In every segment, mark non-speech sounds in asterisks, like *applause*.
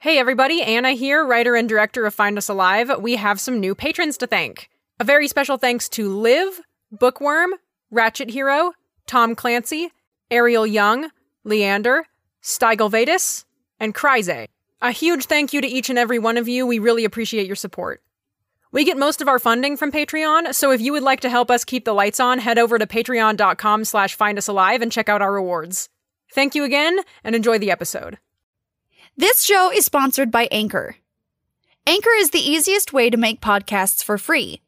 Hey everybody, Anna here, writer and director of Find Us Alive. We have some new patrons to thank. A very special thanks to Liv, Bookworm, Ratchet Hero, Tom Clancy, Ariel Young, Leander, Steigelvatis, and Kryze. A huge thank you to each and every one of you. We really appreciate your support. We get most of our funding from Patreon, so if you would like to help us keep the lights on, head over to patreon.com slash find us alive and check out our rewards. Thank you again and enjoy the episode. This show is sponsored by Anchor. Anchor is the easiest way to make podcasts for free.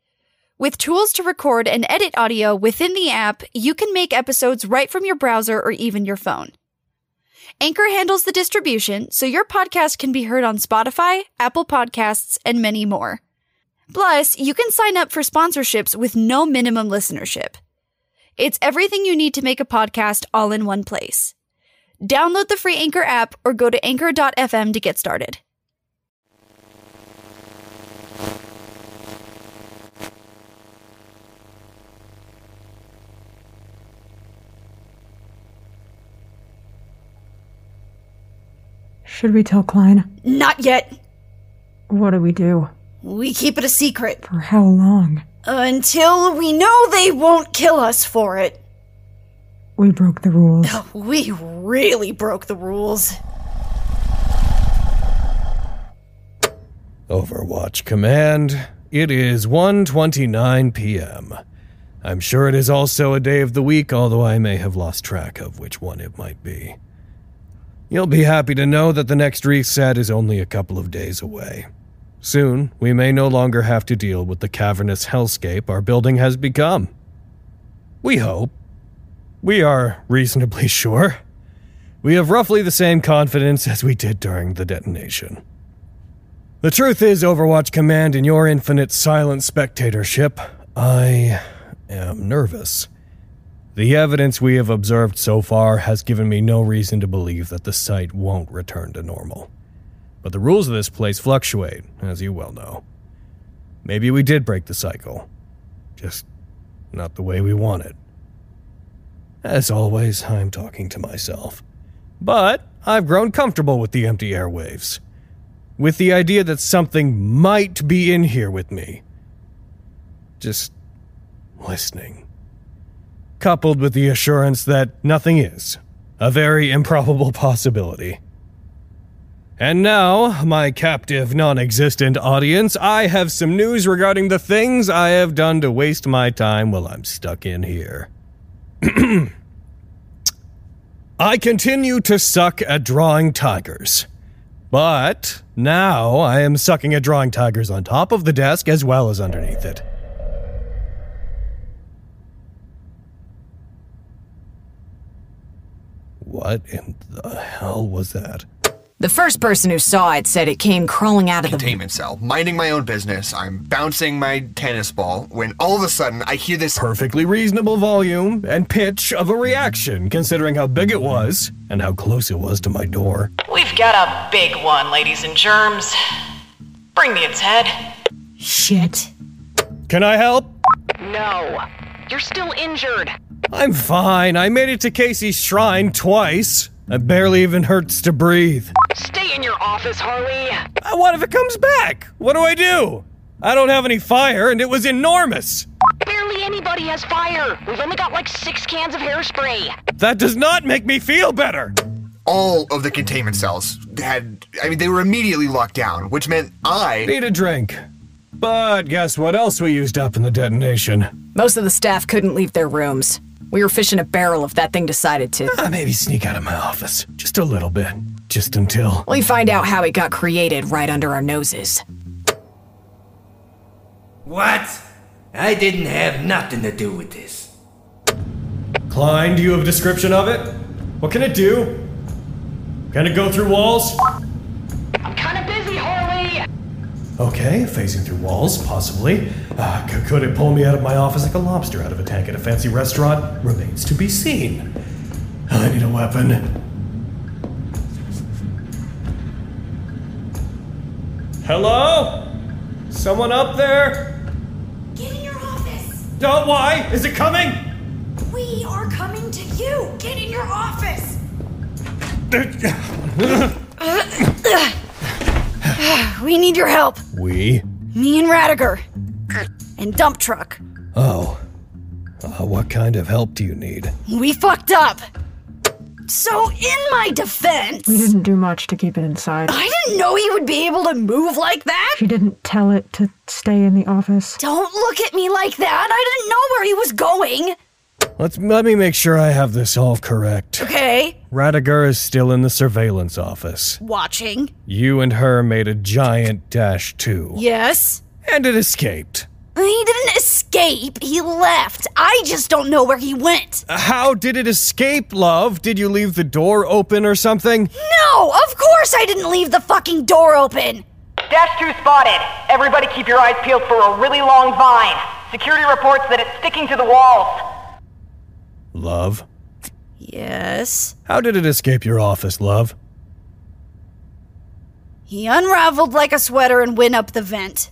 With tools to record and edit audio within the app, you can make episodes right from your browser or even your phone. Anchor handles the distribution, so your podcast can be heard on Spotify, Apple Podcasts, and many more. Plus, you can sign up for sponsorships with no minimum listenership. It's everything you need to make a podcast all in one place. Download the free Anchor app or go to anchor.fm to get started. Should we tell Klein? Not yet. What do we do? We keep it a secret For how long? until we know they won't kill us for it. We broke the rules. We really broke the rules. Overwatch Command, it is 1:29 p.m. I'm sure it is also a day of the week, although I may have lost track of which one it might be. You'll be happy to know that the next reset is only a couple of days away. Soon, we may no longer have to deal with the cavernous hellscape our building has become. We hope. We are reasonably *laughs* sure. We have roughly the same confidence as we did during the detonation. The truth is, Overwatch Command, in your infinite silent spectatorship, I am nervous. The evidence we have observed so far has given me no reason to believe that the site won't return to normal. But the rules of this place fluctuate, as you well know. Maybe we did break the cycle, just not the way we want it. As always, I'm talking to myself. But I've grown comfortable with the empty airwaves with the idea that something might be in here with me. Just listening. Coupled with the assurance that nothing is, a very improbable possibility. And now, my captive, non existent audience, I have some news regarding the things I have done to waste my time while I'm stuck in here. *clears throat* I continue to suck at drawing tigers. But now I am sucking at drawing tigers on top of the desk as well as underneath it. What in the hell was that? The first person who saw it said it came crawling out of the. containment cell, minding my own business. I'm bouncing my tennis ball when all of a sudden I hear this Perfectly reasonable volume and pitch of a reaction, considering how big it was and how close it was to my door. We've got a big one, ladies and germs. Bring me its head. Shit. Can I help? No. You're still injured. I'm fine. I made it to Casey's shrine twice. It barely even hurts to breathe. Stay in your office, Harley. Uh, What if it comes back? What do I do? I don't have any fire, and it was enormous. Barely anybody has fire. We've only got like six cans of hairspray. That does not make me feel better. all of the containment cells had I mean they were immediately locked down, which meant I Need a drink. But guess what else we used up in the detonation? Most of the staff couldn't leave their rooms. We were fishing a barrel if that thing decided to. I maybe sneak out of my office. Just a little bit. Just until. We find out how it got created right under our noses. What? I didn't have nothing to do with this. Klein, do you have a description of it? What can it do? Can it go through walls? I'm kind of busy, Harley. Okay, phasing through walls, possibly. Uh, c- could it pull me out of my office like a lobster out of a tank at a fancy restaurant? Remains to be seen. I need a weapon. Hello? Someone up there? Get in your office! Don't why? Is it coming? We are coming to you! Get in your office! *sighs* We need your help. We? Me and Radiger. And Dump Truck. Oh. Uh, what kind of help do you need? We fucked up. So, in my defense, We didn't do much to keep it inside. I didn't know he would be able to move like that. She didn't tell it to stay in the office. Don't look at me like that. I didn't know where he was going. Let's let me make sure I have this all correct. Okay. Radiger is still in the surveillance office. Watching. You and her made a giant dash too. Yes. And it escaped. He didn't escape. He left. I just don't know where he went. How did it escape, love? Did you leave the door open or something? No, of course I didn't leave the fucking door open. Dash 2 spotted. Everybody keep your eyes peeled for a really long vine. Security reports that it's sticking to the walls. Love? Yes. How did it escape your office, love? He unraveled like a sweater and went up the vent.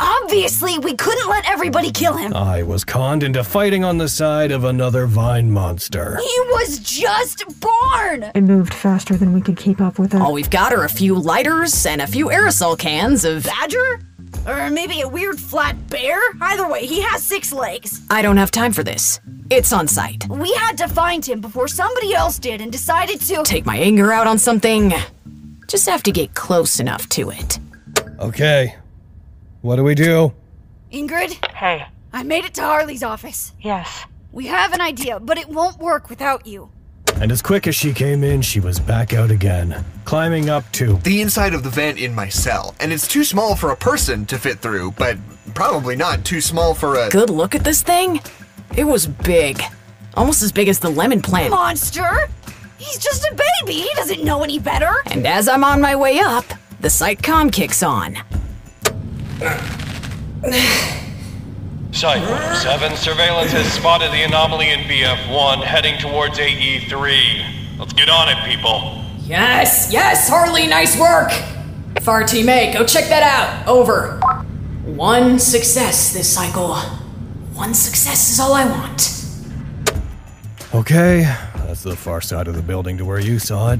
Obviously, we couldn't let everybody kill him. I was conned into fighting on the side of another vine monster. He was just born. It moved faster than we could keep up with it. All we've got are a few lighters and a few aerosol cans of. Badger? Or maybe a weird flat bear? Either way, he has six legs. I don't have time for this. It's on site. We had to find him before somebody else did and decided to. Take my anger out on something. Just have to get close enough to it. Okay. What do we do? Ingrid, Hey, I made it to Harley's office. yes. We have an idea, but it won't work without you. And as quick as she came in, she was back out again, climbing up to. The inside of the vent in my cell, and it's too small for a person to fit through, but probably not too small for a. Good look at this thing. It was big. Almost as big as the lemon plant. Monster? He's just a baby. He doesn't know any better. And as I'm on my way up, the site com kicks on. Site 7 surveillance has spotted the anomaly in BF1 heading towards AE3. Let's get on it, people. Yes, yes, Harley, nice work. Far Team A, go check that out. Over. One success this cycle. One success is all I want. Okay, that's the far side of the building to where you saw it.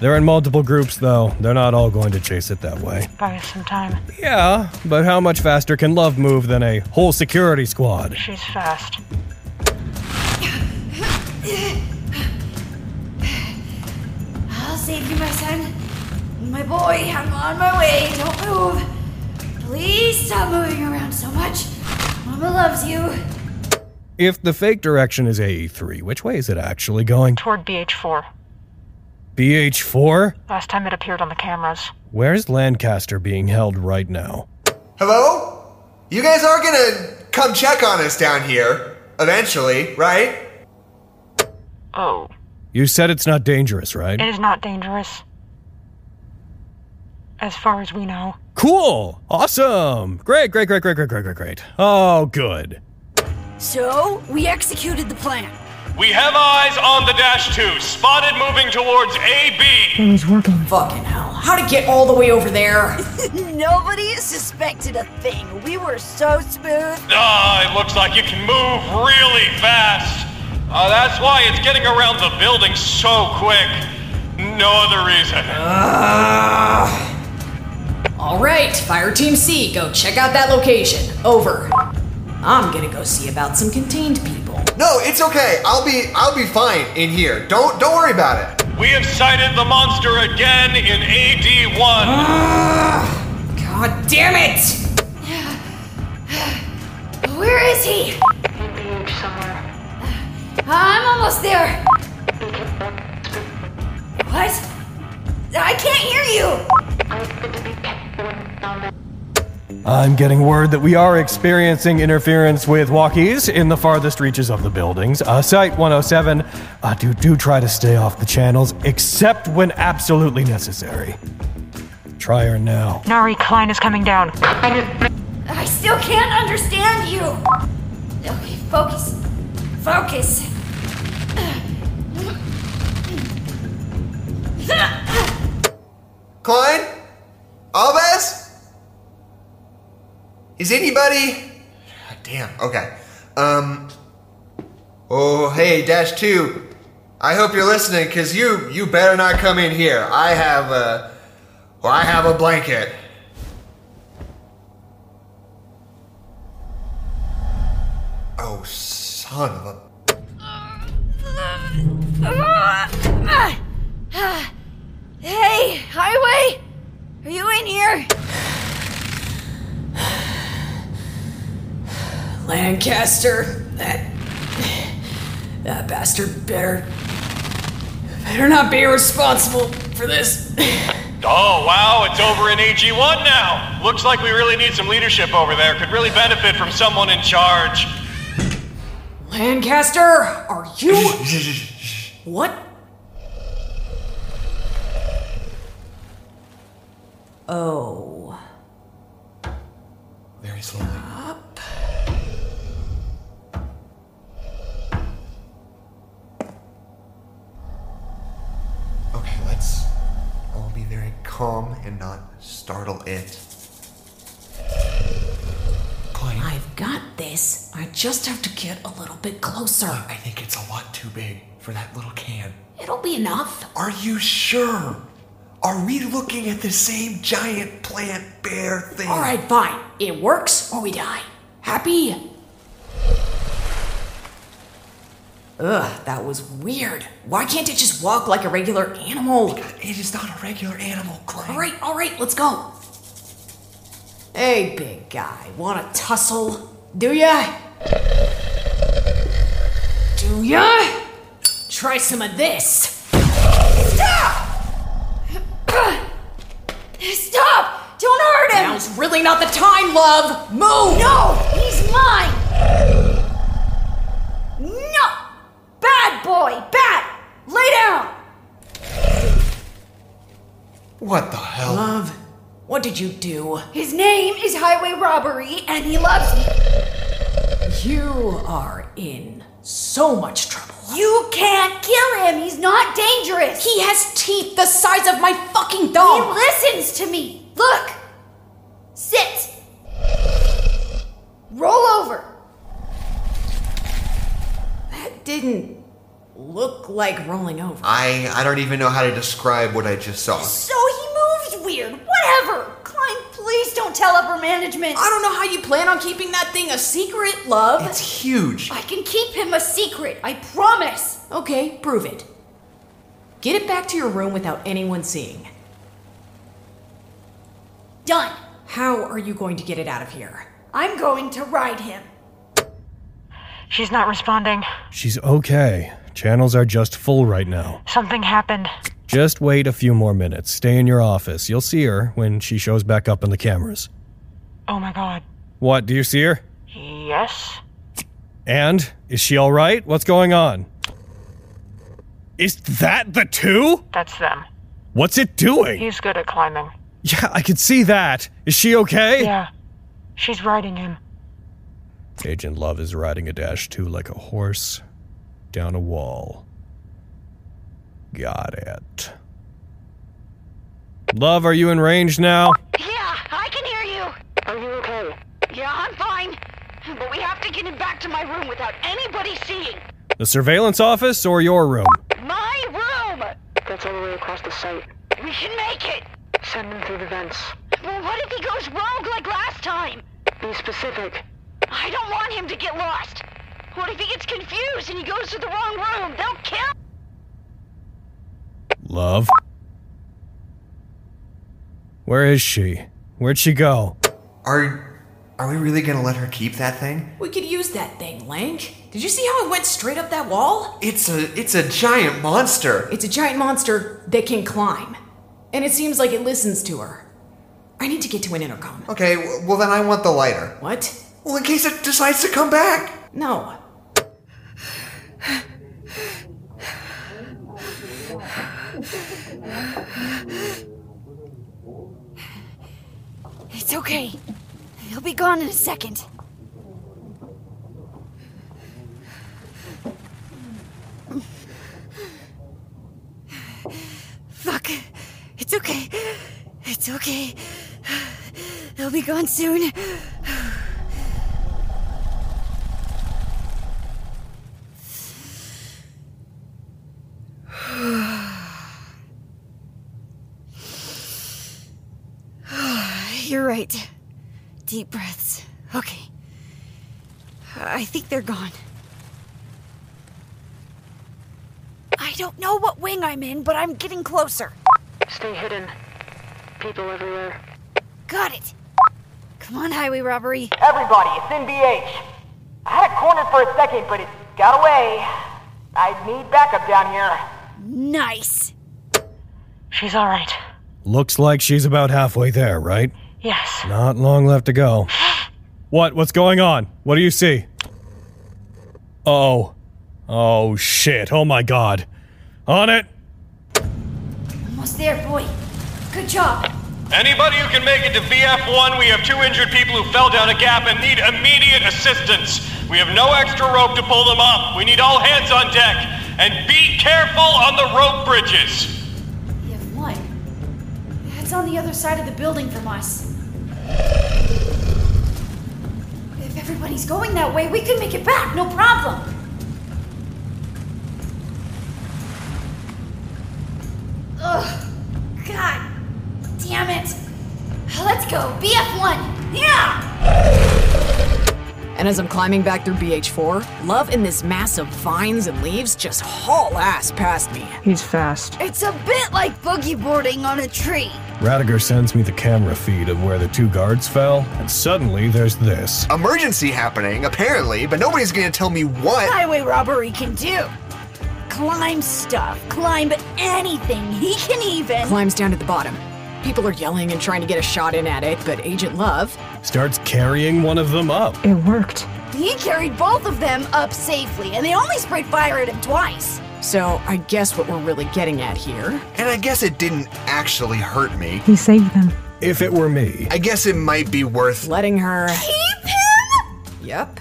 They're in multiple groups, though. They're not all going to chase it that way. Buy us some time. Yeah, but how much faster can Love move than a whole security squad? She's fast. I'll save you, my son. My boy, I'm on my way. Don't move. Please stop moving around so much. Mama loves you. If the fake direction is AE3, which way is it actually going? Toward BH4. BH4? Last time it appeared on the cameras. Where's Lancaster being held right now? Hello? You guys are gonna come check on us down here. Eventually, right? Oh. You said it's not dangerous, right? It is not dangerous. As far as we know. Cool! Awesome! Great, great, great, great, great, great, great, great. Oh, good. So, we executed the plan. We have eyes on the Dash 2, spotted moving towards AB. It was working. Fucking hell. How'd it get all the way over there? *laughs* Nobody suspected a thing. We were so smooth. Ah, it looks like it can move really fast. Uh, that's why it's getting around the building so quick. No other reason. Ah! All right, Fire Team C, go check out that location. Over. I'm gonna go see about some contained people. No, it's okay. I'll be I'll be fine in here. Don't don't worry about it. We have sighted the monster again in AD1. God damn it! Where is he? In BH somewhere. Uh, I'm almost there. What? I can't hear you. I'm getting word that we are experiencing interference with walkies in the farthest reaches of the buildings. Uh, Site 107, uh, do, do try to stay off the channels, except when absolutely necessary. Try her now. Nari Klein is coming down. I still can't understand you. Okay, focus. Focus. Klein? Alves? Is anybody God damn, okay. Um Oh hey, Dash two. I hope you're listening, cause you you better not come in here. I have uh Well, I have a blanket. Oh, son of a. Hey, Highway! Are you in here? Lancaster, that that bastard better better not be responsible for this. Oh, wow, it's over in AG1 now. Looks like we really need some leadership over there. Could really benefit from someone in charge. Lancaster, are you what? Oh. Very slowly. Okay, let's all be very calm and not startle it. I've got this. I just have to get a little bit closer. I think it's a lot too big for that little can. It'll be enough. Are you sure? Are we looking at the same giant plant bear thing? All right, fine. It works or we die. Happy? Ugh, that was weird. Why can't it just walk like a regular animal? It is not a regular animal, Clay. All right, all right, let's go. Hey, big guy, want to tussle? Do ya? Do ya? Try some of this. Stop! Don't hurt him! Now's really not the time, love. Move. No! He's mine! No! Bad boy! Bad! Lay down! What the hell? Love, what did you do? His name is Highway Robbery, and he loves me. You are in so much trouble. You can't kill him! He's not dangerous! He has teeth the size of my fucking He thumb. listens to me! Look! Sit! Roll over! That didn't look like rolling over. I I don't even know how to describe what I just saw. So he moves weird. Whatever. Klein, please don't tell upper management. I don't know how you plan on keeping that thing a secret, love. It's huge. I can keep him a secret. I promise. Okay, prove it. Get it back to your room without anyone seeing. Done. How are you going to get it out of here? I'm going to ride him. She's not responding. She's okay. Channels are just full right now. Something happened. Just wait a few more minutes. Stay in your office. You'll see her when she shows back up in the cameras. Oh my god. What, do you see her? Yes? And? Is she alright? What's going on? Is that the two? That's them. What's it doing? He's good at climbing. Yeah, I could see that. Is she okay? Yeah. She's riding him. Agent Love is riding a dash two like a horse down a wall. Got it. Love, are you in range now? Yeah, I can hear you. Are you okay? Yeah, I'm fine. But we have to get him back to my room without anybody seeing. The surveillance office or your room? My room! That's all the way across the site. We can make it! Send him through the vents. Well, what if he goes rogue like last time? Be specific. I don't want him to get lost. What if he gets confused and he goes to the wrong room? They'll kill Love? Where is she? Where'd she go? Are are we really gonna let her keep that thing? We could use that thing, Link. Did you see how it went straight up that wall? It's a it's a giant monster. It's a giant monster that can climb. And it seems like it listens to her. I need to get to an intercom. Okay, w- well then I want the lighter. What? Well, in case it decides to come back. No. It's okay. He'll be gone in a second. Fuck. It's okay. It's okay. They'll be gone soon. You're right. Deep breaths. Okay. I think they're gone. I don't know what wing I'm in, but I'm getting closer. Stay hidden. People everywhere. Got it. Come on, highway robbery. Everybody, it's NBH. I had it cornered for a second, but it got away. I need backup down here. Nice. She's all right. Looks like she's about halfway there, right? Yes. Not long left to go. What? What's going on? What do you see? Oh. Oh, shit. Oh my god. On it! Almost there, boy. Good job. Anybody who can make it to VF1, we have two injured people who fell down a gap and need immediate assistance. We have no extra rope to pull them up. We need all hands on deck. And be careful on the rope bridges. One. That's on the other side of the building from us. If everybody's going that way, we can make it back, no problem. Ugh. God damn it. Let's go. BF1. Yeah! And as I'm climbing back through BH4, Love and this mass of vines and leaves just haul ass past me. He's fast. It's a bit like boogie boarding on a tree. Radiger sends me the camera feed of where the two guards fell, and suddenly there's this. Emergency happening, apparently, but nobody's gonna tell me what. Highway robbery can do. Climb stuff, climb anything. He can even. Climbs down to the bottom. People are yelling and trying to get a shot in at it, but Agent Love, Starts carrying one of them up. It worked. He carried both of them up safely, and they only sprayed fire at him twice. so I guess what we're really getting at here. And I guess it didn't actually hurt me. He saved them. If it were me. I guess it might be worth. Letting her. Yep.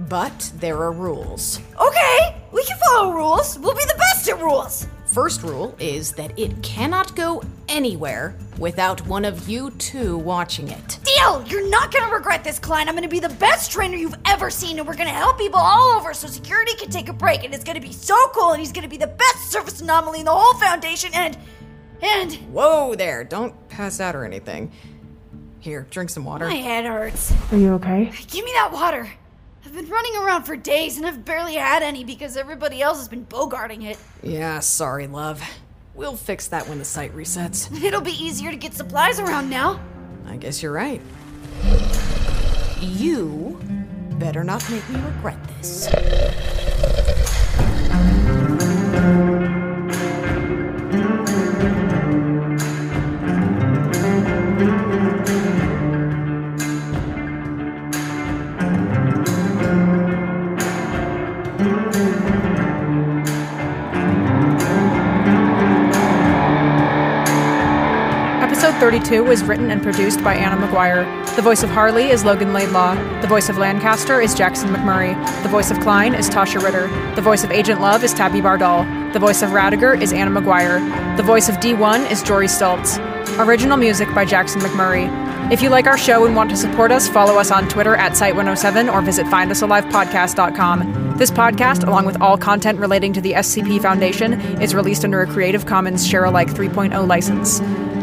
But there are rules. Okay, we can follow rules. We'll be the best at rules. First rule is that it cannot go anywhere without one of you two watching it. Deal! You're not gonna regret this, Klein. I'm gonna be the best trainer you've ever seen, and we're gonna help people all over so security can take a break, and it's gonna be so cool, and he's gonna be the best surface anomaly in the whole foundation, and. and. Whoa there, don't pass out or anything. Here, drink some water. My head hurts. Are you okay? Give me that water. I've been running around for days, and I've barely had any because everybody else has been bogarting it. Yeah, sorry, love. We'll fix that when the site resets. It'll be easier to get supplies around now. I guess you're right. You better not make me regret this. Episode 32 was written and produced by Anna McGuire. The voice of Harley is Logan Laidlaw. The voice of Lancaster is Jackson McMurray. The voice of Klein is Tasha Ritter. The voice of Agent Love is Tabby Bardal. The voice of Radiger is Anna McGuire. The voice of D1 is Jory Stultz. Original music by Jackson McMurray. If you like our show and want to support us, follow us on Twitter at Site107 or visit findusalivepodcast.com. This podcast, along with all content relating to the SCP oh Foundation, is released under a Creative Commons Share Alike 3.0 license.